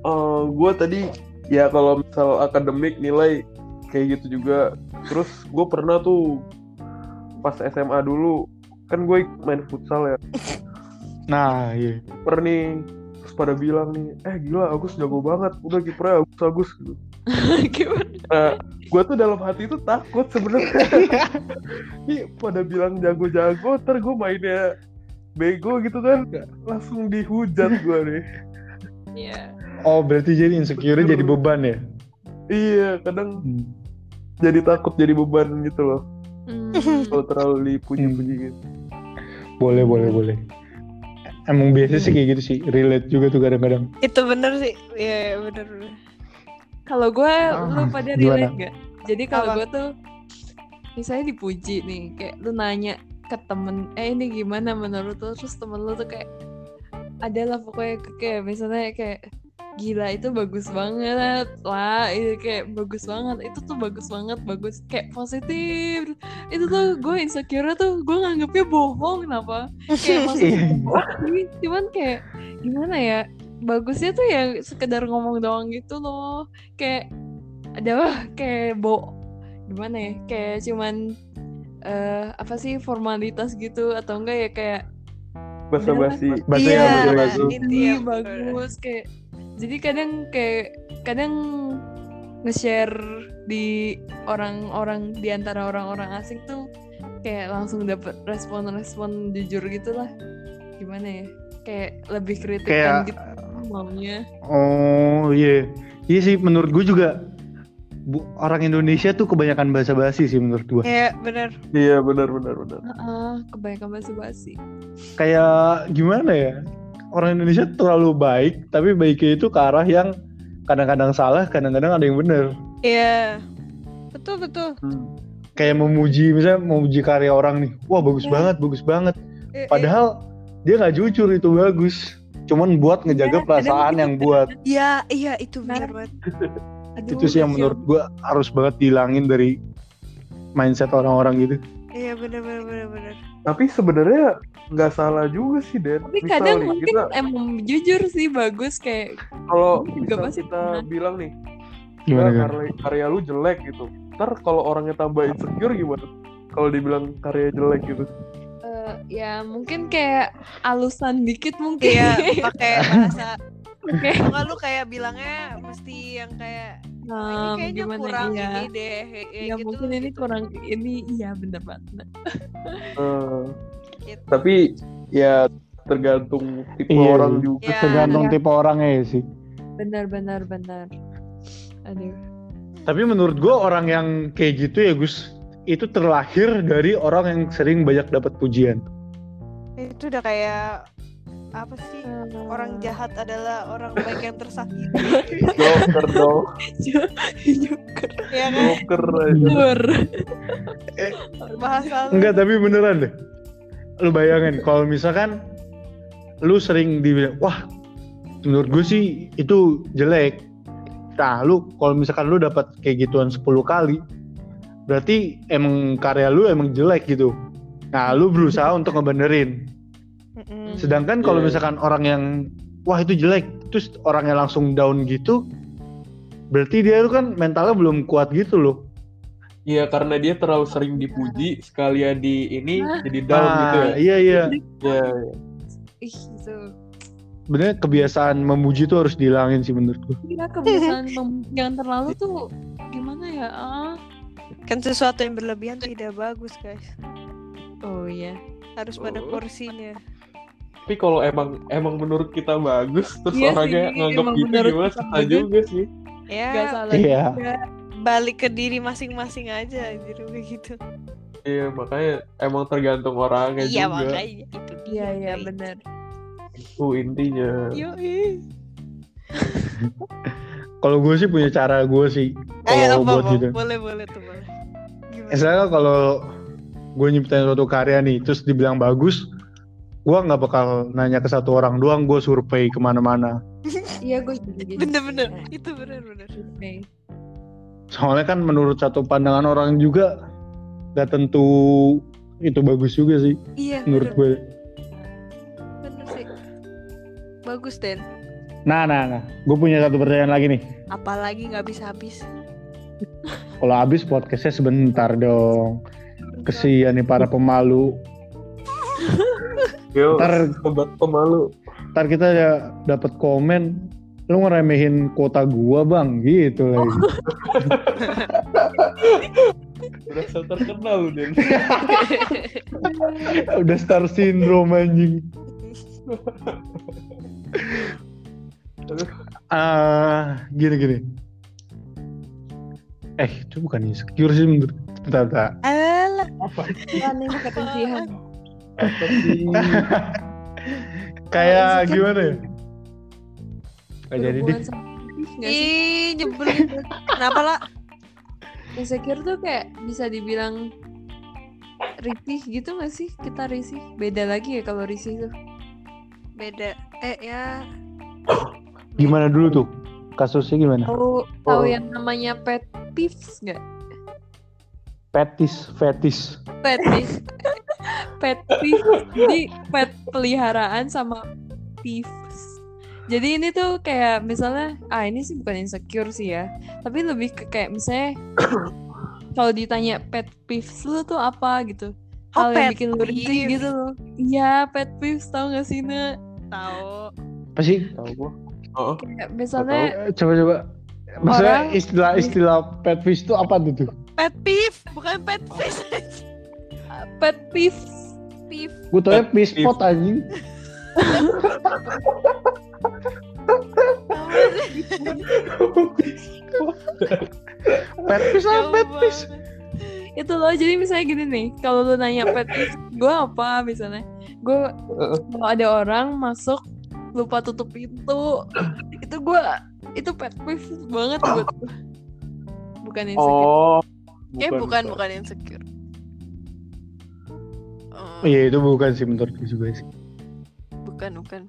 eh, gue tadi ya kalau misal akademik nilai kayak gitu juga. Terus gue pernah tuh pas SMA dulu kan gue main futsal ya.
nah iya
kiper nih terus pada bilang nih eh gila Agus jago banget udah kipernya Agus Agus gitu.
Gimana?
nah gue tuh dalam hati tuh takut sebenarnya Ih, pada bilang jago-jago ntar gue mainnya bego gitu kan langsung dihujat gue nih
Iya.
oh berarti jadi insecure jadi beban ya
iya kadang jadi takut jadi beban gitu loh
Hmm.
kalau terlalu dipuji-puji gitu
boleh boleh boleh emang biasa sih kayak gitu sih relate juga tuh kadang-kadang
Itu bener sih. Iya, iya, bener-bener.
Kalau gue lu
Ah,
pada
gimana?
relate nggak? Jadi kalau
Apa?
gue tuh misalnya dipuji nih, kayak lu nanya ke temen, eh ini gimana menurut lu? Terus temen lu tuh kayak adalah pokoknya ke- kayak misalnya kayak gila itu bagus banget lah itu kayak bagus banget itu tuh bagus banget bagus kayak positif itu tuh gue insecure tuh gue nganggepnya bohong kenapa kayak maksudnya
Iya.
bohong sih, cuman kayak gimana ya bagusnya tuh yang sekedar ngomong doang gitu loh kayak ada kayak bo gimana ya kayak cuman eh apa sih formalitas gitu atau enggak ya kayak
Basa-basi.
Bahasa
Iya,
yang basa-basi.
itu
Iya
yang bener.
bagus kayak jadi kadang kayak kadang nge-share di orang-orang di antara orang-orang asing tuh kayak langsung dapet respon-respon jujur gitu lah gimana ya kayak lebih kritikan
Kayak-
gitu maunya
Oh iya, iya sih menurut gue juga bu, orang Indonesia tuh kebanyakan bahasa basi sih menurut gue.
Iya bener
Iya benar benar benar.
Heeh, kebanyakan basa-basi
Kayak gimana ya? Orang Indonesia terlalu baik, tapi baiknya itu ke arah yang kadang-kadang salah, kadang-kadang ada yang bener.
Iya Betul betul
Hmm.
Kayak memuji, misalnya memuji karya orang nih, wah bagus
Iya.
banget, bagus banget.
Eh, eh.
Padahal dia nggak jujur itu bagus, cuman buat ngejaga
Iya, kadang
perasaan
begitu
yang buat.
Iya iya itu bener
Nah.
banget
Aduh,
Itu sih yang
kasihan.
menurut gue harus banget dihilangin dari mindset orang-orang gitu.
Iya bener bener bener bener
Tapi sebenarnya nggak salah juga sih Den.
tapi
Misal
kadang
nih,
mungkin
kita
emang jujur sih bagus kayak
kalau
juga
misal
pasti
kita
pernah.
bilang nih
Gimana
"Nggak,
kan?
karya, karya lu jelek gitu. Ntar kalau orangnya tambah insecure gimana? Kalau dibilang karya jelek gitu.
eh, ya mungkin kayak alusan dikit mungkin
Iya pakai bahasa
Oke.
Kalau lu kayak bilangnya mesti yang kayak
Nah,
ini kayaknya
gimana
kurang
iya.
ini deh kayak
ya
gitu,
mungkin ini
gitu.
kurang ini iya bener banget
Eh,
Hmm.
Gitu.
tapi ya tergantung tipe
Iya.
orang juga.
Ya,
Tergantung tipe orangnya ya sih.
bener bener bener aduh
Tapi menurut gue orang yang kayak gitu ya Gus, itu terlahir dari orang yang sering banyak dapat pujian.
Eh, itu udah kayak apa sih orang
Eh.
jahat adalah orang baik yang tersakiti
Joker dong,
joker
ya kan
joker aja.
bahasa lu.
Enggak, tapi beneran deh. Lu bayangin kalau misalkan lu sering dibilang, "Wah, menurut gue sih itu jelek." Nah, lu kalau misalkan lu dapat kayak gituan 10 kali, berarti emang karya lu emang jelek gitu. Nah, lu berusaha untuk ngebenerin.
Mm-mm.
Sedangkan kalau
Iya.
misalkan orang yang wah itu jelek, terus orangnya langsung down gitu, berarti dia tuh kan mentalnya belum kuat gitu loh.
Iya karena dia terlalu sering dipuji sekalian di ini
Hah?
jadi down gitu ya.
Ah, Iya iya.
Iya.
ih itu
Bener kebiasaan memuji tuh harus dihilangin sih menurut gue.
ya kebiasaan mem- yang terlalu tuh gimana ya ah
kan sesuatu yang berlebihan tidak bagus guys
oh iya
harus pada
Oh.
porsinya
Tapi kalau emang emang menurut kita bagus terus
Iya
orangnya
sih,
nganggap
emang
gitu gimana
menurut kita
susah
bagus.
juga sih.
ya
nggak salah
Iya.
juga.
balik ke diri masing-masing aja gitu. jadi begitu
Iya makanya emang tergantung orangnya
iya
juga.
makanya itu
iya iya
guys.
bener
Itu Uh, intinya.
Iya.
Yoi.
Kalau gue sih punya cara gue sih
Ayo,
kalau
Eh, apa,
buat
apa?
gitu.
boleh boleh tuh boleh Gimana?
Misalnya kalau gue nyiptain suatu karya nih, terus dibilang bagus, gue nggak bakal nanya ke satu orang doang, gue survei kemana-mana.
iya gue juga gitu.
bener-bener itu bener-bener
Oke.
Soalnya kan menurut satu pandangan orang juga, gak tentu itu bagus juga sih.
iya
menurut
bener,
gue.
bener sih bagus Den
Nah, nah, nah. Gue punya satu pertanyaan lagi nih.
apalagi nggak bisa habis
Kalau habis podcastnya sebentar dong. Kesian nih para pemalu.
Yo,
Ntar-
sobat pemalu.
Ntar kita ada- dapat komen, lu ngeremehin kota gua bang, gitu lagi.
Berasa terkenal lu Den.
Udah star syndrome anjing. Ah, gini gini. Eh, itu bukan insecure sih menurut. Bentar, bentar.
Alah,
aneh ketindihan
Apa sih?
Hmm. Kayak
Insecure.
gimana ya? Gak jadi deh.
berhubungan sama Ih, nggak sih?
ih nyebelin kenapa lah
insecure tuh kayak bisa dibilang risih gitu gak sih kita risih beda lagi ya kalau risih tuh
beda eh ya
Gimana dulu tuh? Kasusnya gimana?
tahu tahu
Oh.
yang namanya pet peeves nggak
Petis, fetis.
pet nih
pet peeves jadi pet peliharaan sama peeves. Jadi ini tuh kayak misalnya, ah ini sih bukan insecure sih ya, tapi lebih ke kayak misalnya kalau ditanya pet peeves lu tuh apa gitu,
Oh,
hal yang
pet
bikin lu risih
peeve.
gitu loh. Iya pet peeves tau gak sih ne?
tahu
Apa sih?
Tahu gua. Oh,
Kayak misalnya
Eh, Coba-coba. Maksudnya
Orang-
istilah-istilah pet peeves itu apa tuh? tuh?
pet peeve bukan pet fish
pet peeves
peeve
Gue tau ya
Pet
peace
peeve.
pot anjing.
Apa sih?
Eh,
Pet peeves
Jauh
apa pet peeves?
banget.
itu loh jadi misalnya gini nih kalau lu nanya pet peeves gue apa misalnya gue
Heeh.
kalau ada orang masuk lupa tutup pintu itu gue itu pet peeves banget gue bukan insecure
oh.
Kayak Eh, bukan bukan insecure Oh,
Iya itu bukan sih menurut gue juga sih.
bukan bukan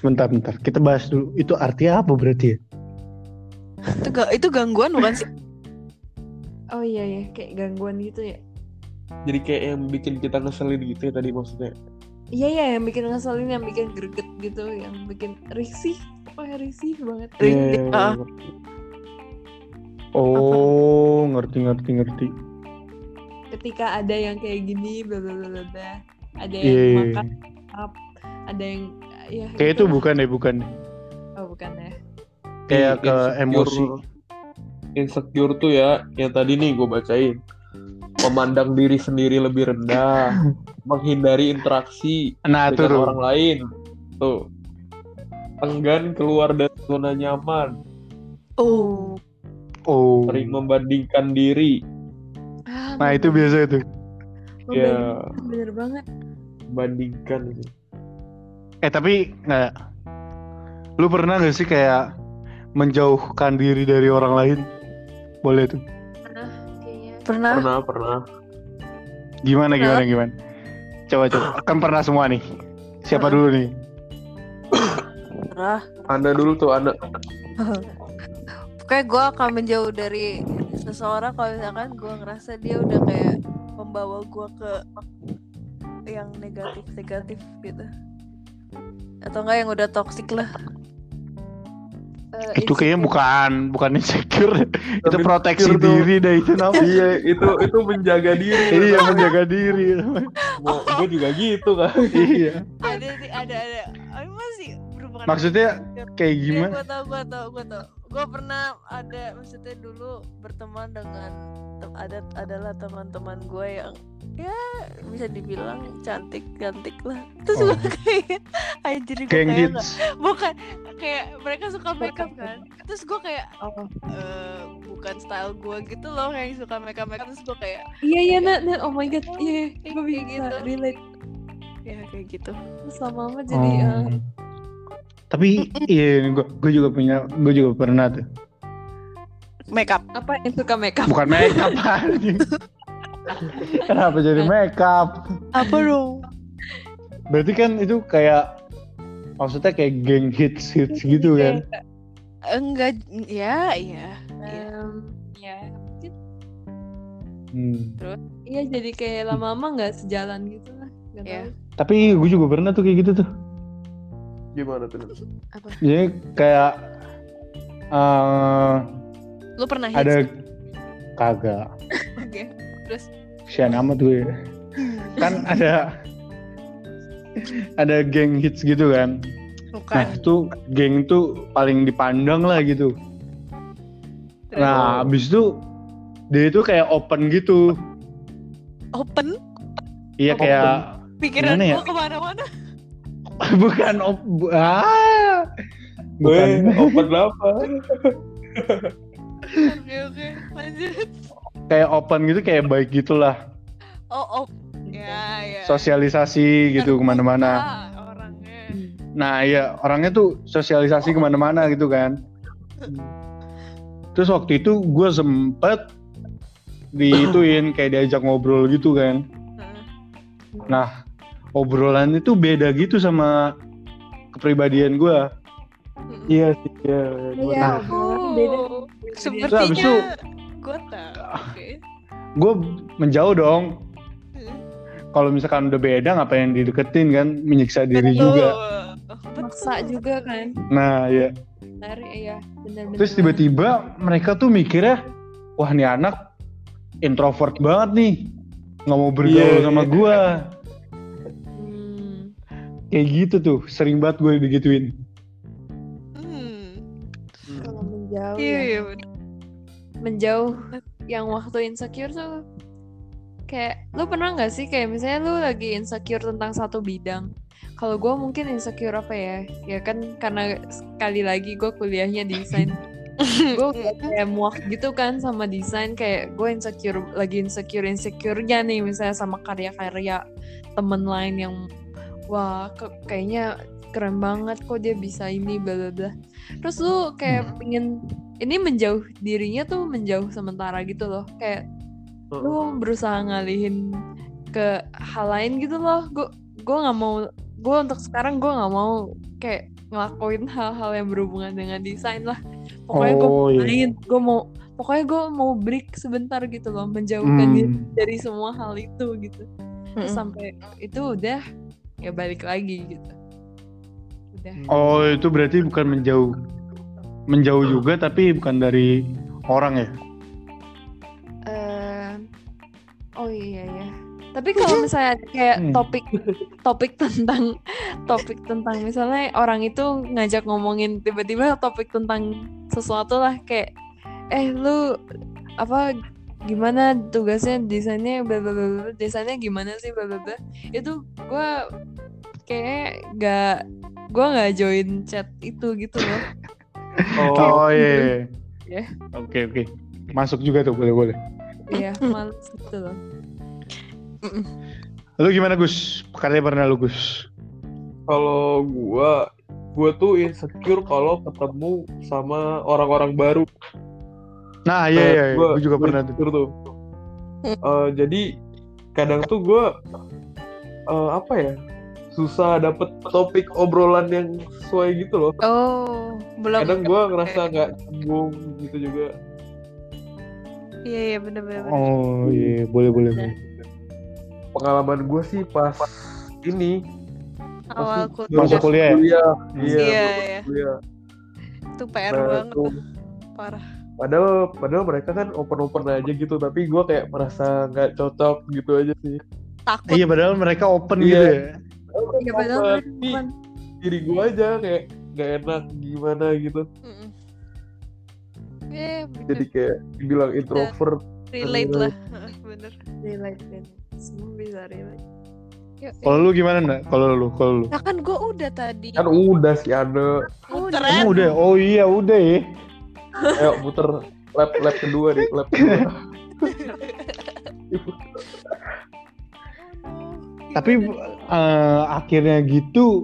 Sebentar, bentar. Kita bahas dulu. Itu artinya apa berarti ya?
itu ga- itu gangguan bukan sih
oh iya ya kayak gangguan gitu ya
Jadi kayak yang bikin kita ngeselin gitu ya tadi maksudnya.
iya iya yang bikin ngeselin yang bikin greget gitu yang bikin risih wah risih banget
Ring-
Iya,
ah.
Oh, ngerti, ngerti, ngerti.
ketika ada yang kayak gini bla bla bla bla, bla ada yang
Iya.
makan up, ada yang ya
Kayak itu
gitu.
bukan deh, bukan deh.
oh bukan ya
Kayak ke
Insecure-
emosi.
iya. Insecure tuh ya, yang tadi nih gue bacain. Memandang diri sendiri lebih rendah, menghindari interaksi
Nah,
dengan
itu tuh.
orang lain. Tuh. Enggan keluar dari zona nyaman,
oh
Oh.
sering membandingkan diri.
Ah,
Nah, itu biasa itu.
Ya,
Iya.
bener banget
bandingkan ini.
Eh, tapi nggak. Lu pernah gak sih kayak menjauhkan diri dari orang lain? Boleh tuh.
pernah
Pernah, pernah.
Gimana, gimana, gimana? Coba, coba.
Ah.
Kan pernah semua nih. Siapa dulu nih?
pernah
Anda dulu tuh, Anda.
Pokoknya gue akan menjauh dari seseorang kalau misalkan gue ngerasa dia udah kayak membawa gue ke yang negatif-negatif gitu atau enggak yang udah toxic lah
Eh,
Eh,
itu kayaknya bukan bukan insecure itu
Tapi
proteksi
insecure tuh.
diri deh itu namanya
Iya, itu itu menjaga diri.
iya menjaga diri
gue juga gitu kan.
iya
ada sih ada ada Apa masih berhubungan
maksudnya
Iya,
kayak gimana
gue tau gue tau gue tau gue pernah ada maksudnya dulu berteman dengan tem- ada adalah teman-teman gue yang ya bisa dibilang cantik cantik lah terus
Oh.
gue kayak anjir gue kayak
geng hits
nggak- bukan kayak mereka suka makeup kan terus gue kayak
Oh.
eh, bukan style gue gitu loh kayak suka makeup makeup terus gue kayak
iya iya nak nak oh my god iya
Kayak
gue bisa
gitu.
relate
ya kayak gitu
terus lama-lama jadi eh,
Oh. tapi iya gue juga punya gue juga pernah tuh
makeup
apa yang suka makeup
bukan make up anjing. kenapa jadi make up
apa dong
berarti kan itu kayak maksudnya kayak geng hits hits
Iya.
gitu kan
enggak ya ya
Em, ya mungkin
Hmm.
iya jadi kayak lama-lama nggak sejalan gitu lah nggak
Iya.
tahu
tapi gue juga pernah tuh kayak gitu tuh
Gimana tuh? Nat?
jadi kayak eh
lu pernah hits
ada kagak
Oke, terus
kesian amat gue kan ada ada geng hits gitu kan nah
bukan.
itu geng tuh paling dipandang lah gitu nah abis itu dia itu kayak open gitu
open
iya
Open.
kayak
pikiran
Gimana ya?
gua kemana-mana.
bukan op bu- ah
Weh, open
bukan
Eh, apa?
Oke oke, lanjut.
kayak open gitu kayak baik gitulah
Oh, op. Ya ya.
sosialisasi gitu kemana-mana
Ah, orangnya.
nah iya orangnya tuh sosialisasi kemana-mana gitu kan Terus waktu itu gue sempet diituin kayak diajak ngobrol gitu kan.
Heeh.
Nah obrolan itu beda gitu sama kepribadian gue.
Mm-mm.
Iya sih, iya. Gua-
Iya,
Nah.
obrolan beda.
Oh,
Terus abis
Sepertinya
itu
gue tahu. Oke.
gue menjauh dong. kalau misalkan udah beda ngapain dideketin kan menyiksa diri
Betul.
juga
Betul.
maksa juga kan
nah ya
menarik iya benar-benar
terus tiba-tiba mereka tuh mikirnya wah nih anak introvert banget nih nggak mau bergaul
Iya.
sama gua
Hmm.
kayak gitu tuh sering banget gue digituin
Hmm.
kalau menjauh
Iya,
ya.
iya, bener.
menjauh yang waktu insecure tuh kayak lu pernah nggak sih kayak misalnya lu lagi insecure tentang satu bidang kalau gue mungkin insecure apa ya ya kan karena sekali lagi gue kuliahnya desain gue
Hmm.
kayak muak gitu kan sama desain kayak gue insecure lagi insecure insecure-nya nih misalnya sama karya-karya temen lain yang wah ke- kayaknya keren banget kok dia bisa ini bla bla bla terus lu kayak pengen ini menjauh dirinya tuh menjauh sementara gitu loh kayak lu berusaha ngalihin ke hal lain gitu loh gue gue nggak mau gue untuk sekarang gue nggak mau kayak ngelakuin hal-hal yang berhubungan dengan desain lah pokoknya gue
Oh,
mau
iya.
main gue mau pokoknya gue mau break sebentar gitu loh menjauhkan diri
Hmm.
dari semua hal itu gitu
Hmm.
Terus sampai itu udah ya balik lagi gitu udah
oh itu berarti bukan menjauh menjauh juga tapi bukan dari orang ya
Eh, oh iya ya tapi kalau misalnya kayak
Hmm.
topik topik tentang topik tentang misalnya orang itu ngajak ngomongin tiba-tiba topik tentang sesuatu lah kayak eh lu apa gimana tugasnya desainnya bla bla bla bla, desainnya gimana sih bla bla bla itu gua kayak nggak gua nggak join chat itu gitu loh
Oh,
oh iya
Iya.
oke oke masuk juga tuh boleh boleh
ya males gitu loh
lu gimana Gus karya pernah lu Gus
kalau gua gua tuh insecure kalau ketemu sama orang-orang baru.
nah iya iya, iya.
Gua-
gue juga
gua
pernah tuh
insecure tuh. Eh, jadi kadang tuh gua eh, apa ya? Susah dapet topik obrolan yang sesuai gitu loh.
Oh, belum.
Kadang gua ngerasa nggak nyambung gitu juga.
Iya, iya, bener-bener.
oh iya boleh boleh boleh
Pengalaman gua sih pas ini
Awal
masuk-
kuliah.
Masuk kuliah ya?
Iya,
Iya,
masuk
iya.
kuliah.
Itu PR
Nah,
banget
tuh.
tuh. Parah.
Padahal, padahal mereka kan open-open aja gitu, tapi gua kayak merasa nggak cocok gitu aja sih.
Takut.
iya padahal mereka open
Iya.
gitu ya
ya padahal
Open.
mereka
Ih,
bukan-
diri gue aja kayak nggak enak gimana gitu
Mm-mm. Eh, bener.
jadi kayak dibilang introvert
relate lah. Heeh, Bener.
relate relate. semua bisa relate
Yuk,
kalau lu gimana nggak kalau lu kalau lu
Nah kan gue udah tadi.
kan udah si Ane
Muteran.
Emang udah ya? oh iya udah ya
ayo muter lab lab kedua nih lab kedua
tapi
Oh
eh, akhirnya gitu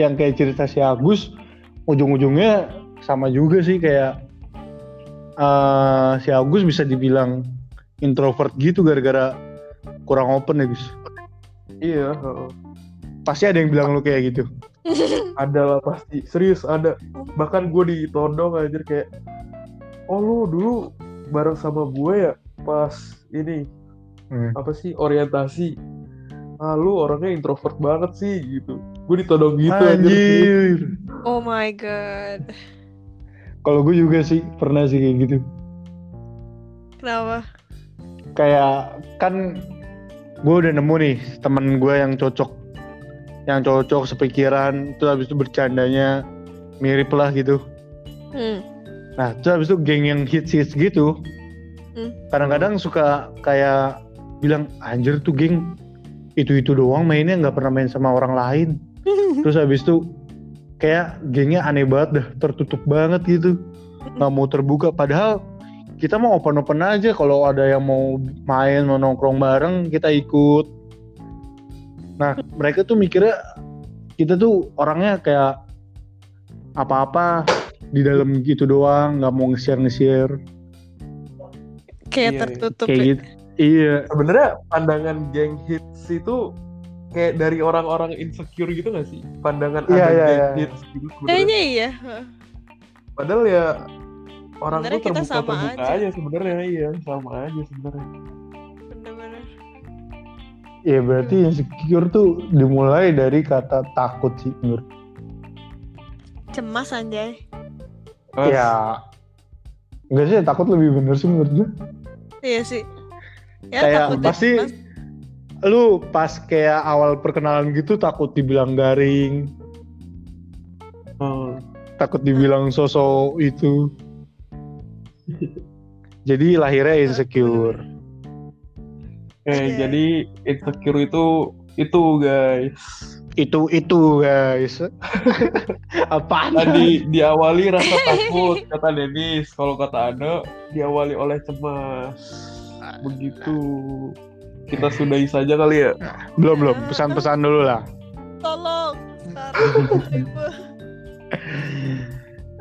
yang kayak cerita si Agus ujung-ujungnya sama juga sih kayak eh, si Agus bisa dibilang introvert gitu gara-gara kurang open ya Gus
iya heeh.
pasti ada yang bilang lu kayak gitu
ada lah pasti serius ada bahkan gue ditodong aja kayak oh lu dulu bareng sama gue ya pas ini
Hmm.
apa sih orientasi ah lu orangnya introvert banget sih gitu gue ditodong gitu anjir
anjir
Oh my god.
kalau gue juga sih pernah sih kayak gitu
Kenapa?
kayak kan gue udah nemu nih temen gue yang cocok yang cocok sepikiran terus habis itu bercandanya mirip lah gitu
Hmm.
nah terus habis itu geng yang hits hits gitu
Hmm.
kadang-kadang suka kayak bilang anjir tuh geng itu itu doang mainnya nggak pernah main sama orang lain terus habis itu kayak gengnya aneh banget dah tertutup banget gitu nggak mau terbuka padahal kita mau open open aja kalau ada yang mau main mau nongkrong bareng kita ikut nah mereka tuh mikirnya kita tuh orangnya kayak apa-apa di dalam gitu doang nggak mau nge-share nge-share
Kayak
Iya, iya.
tertutup.
kayak
ya.
gitu iya
sebenarnya pandangan geng hits itu kayak dari orang-orang insecure gitu gak sih pandangan
Iya,
ada
iya,
geng
iya.
hits gitu sebenarnya
Kayaknya iya. heeh.
padahal ya orang
Sebenarnya
tuh
kita
terbuka
sama
terbuka
aja.
aja, sebenarnya iya sama aja sebenarnya
Bener-bener.
Ya berarti insecure tuh dimulai dari kata takut sih menurut.
Cemas anjay.
Mas,
Ya enggak sih takut lebih bener sih menurut gue.
Iya sih. Ya
kayak
takut deh,
pasti
Mas.
lu pas kayak awal perkenalan gitu takut dibilang garing,
hmm,
takut dibilang sosok itu. Jadi lahirnya insecure.
eh,
Iya.
jadi insecure itu itu guys.
Itu itu guys. Apaan?
Tadi diawali rasa takut kata Denis, kalau kata Anda diawali oleh cemas. Begitu. Kita sudahi saja kali ya.
Belum belum pesan-pesan dulu lah.
Tolong. Sekarang. Ibu.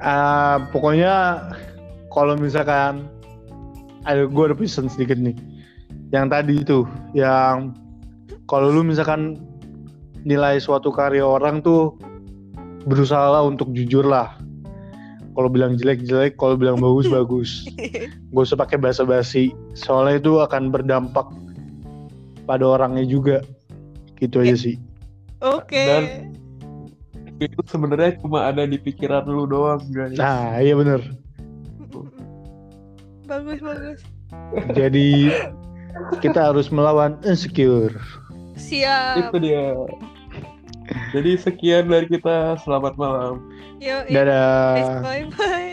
Eh, pokoknya kalau misalkan ada gue ada pesan sedikit nih yang tadi itu yang kalau lu misalkan nilai suatu karya orang tuh berusaha untuk jujur lah kalau bilang jelek jelek kalau bilang bagus bagus gak usah pakai basa basi soalnya itu akan berdampak pada orangnya juga gitu aja sih
Oke.
Dan- Itu sebenarnya cuma ada di pikiran lu doang, guys.
nah iya bener
Bagus bagus.
jadi kita harus melawan insecure
Siap.
Itu dia. Jadi sekian dari kita. Selamat malam.
Yo.
Iya,
dadah
eh,
Bye bye.